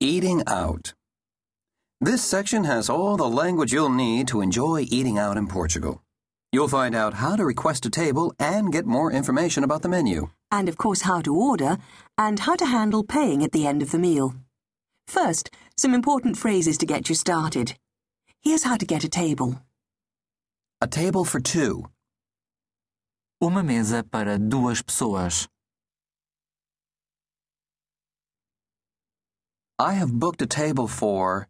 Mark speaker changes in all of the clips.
Speaker 1: Eating out. This section has all the language you'll need to enjoy eating out in Portugal. You'll find out how to request a table and get more information about the menu.
Speaker 2: and of course how to order, and how to handle paying at the end of the meal. First, some important phrases to get you started. Here's how to get a table.
Speaker 1: A table for two,
Speaker 3: Uma mesa para duas pessoas.
Speaker 1: I have booked a table for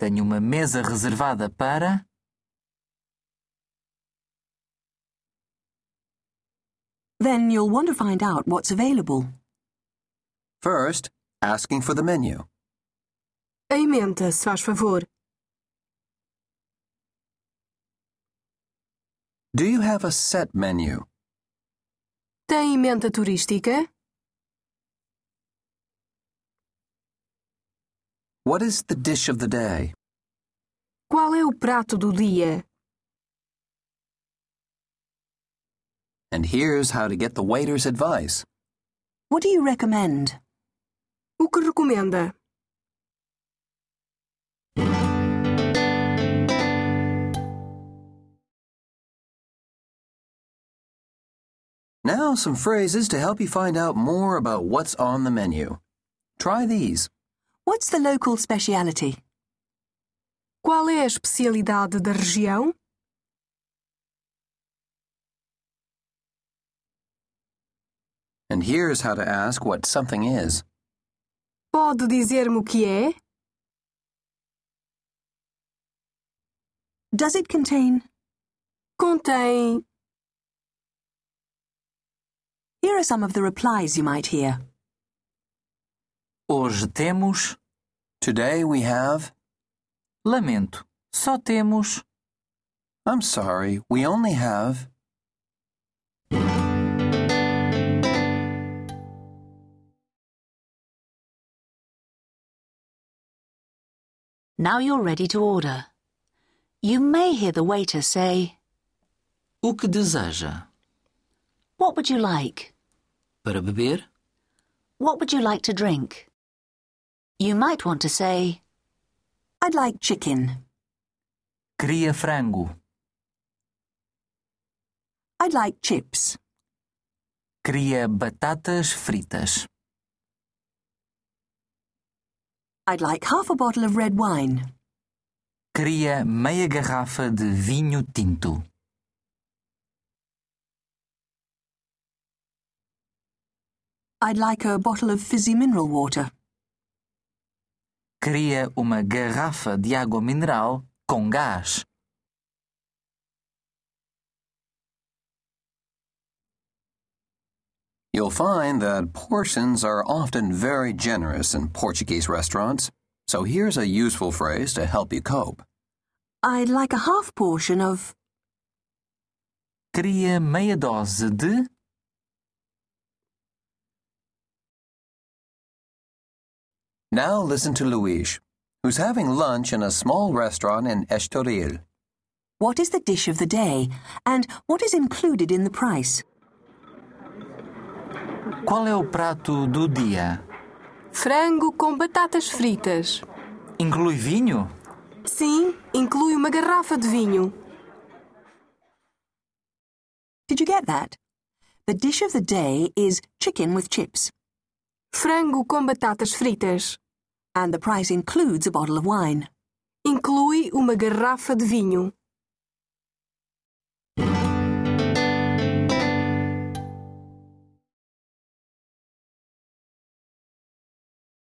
Speaker 3: Tenho uma mesa reservada para
Speaker 2: Then you'll want to find out what's available.
Speaker 1: first asking for the menu,
Speaker 4: A emenda, se faz favor.
Speaker 1: do you have a set menu,
Speaker 4: Tem emenda turística?
Speaker 1: what is the dish of the day,
Speaker 4: Qual e é o prato do dia?
Speaker 1: and here's how to get the waiter's advice.
Speaker 2: What do you recommend?
Speaker 4: O que recomenda?
Speaker 1: Now some phrases to help you find out more about what's on the menu. Try these.
Speaker 2: What's the local speciality?
Speaker 4: Qual é a especialidade da região?
Speaker 1: And here's how to ask what something is.
Speaker 4: Pode dizer-me o que
Speaker 2: e?
Speaker 4: é?
Speaker 2: Does it contain?
Speaker 4: Contém.
Speaker 2: Here are some of the replies you might hear.
Speaker 3: Hoje temos.
Speaker 1: Today we have,
Speaker 3: Lamento. Só temos.
Speaker 1: I'm sorry, we only have.
Speaker 5: Now you're ready to order. You may hear the waiter say,
Speaker 3: O que deseja?
Speaker 5: What would you like?
Speaker 3: Para beber?
Speaker 5: What would you like to drink? You might want to say,
Speaker 2: I'd like chicken.
Speaker 3: Queria frango.
Speaker 2: I'd like chips.
Speaker 3: Queria batatas fritas.
Speaker 2: I'd like half a bottle of red wine.
Speaker 3: Queria meia garrafa de vinho tinto.
Speaker 2: I'd like a bottle of fizzy mineral water.
Speaker 3: Queria uma garrafa de água mineral com gás.
Speaker 1: You'll find that portions are often very generous in Portuguese restaurants, so here's a useful phrase to help you cope.
Speaker 2: I'd like a half portion of.
Speaker 3: Queria meia dose de.
Speaker 1: Now listen to Luis, who's having lunch in a small restaurant in Estoril.
Speaker 2: What is the dish of the day? And what is included in the price?
Speaker 3: Qual é o prato do dia?
Speaker 4: Frango com batatas fritas.
Speaker 3: Inclui vinho?
Speaker 4: Sim, inclui uma garrafa de vinho.
Speaker 2: Did you get that? The dish of the day is chicken with chips,
Speaker 4: Frango com batatas fritas.
Speaker 2: and the price includes a bottle of wine.
Speaker 4: Inclui uma garrafa de vinho.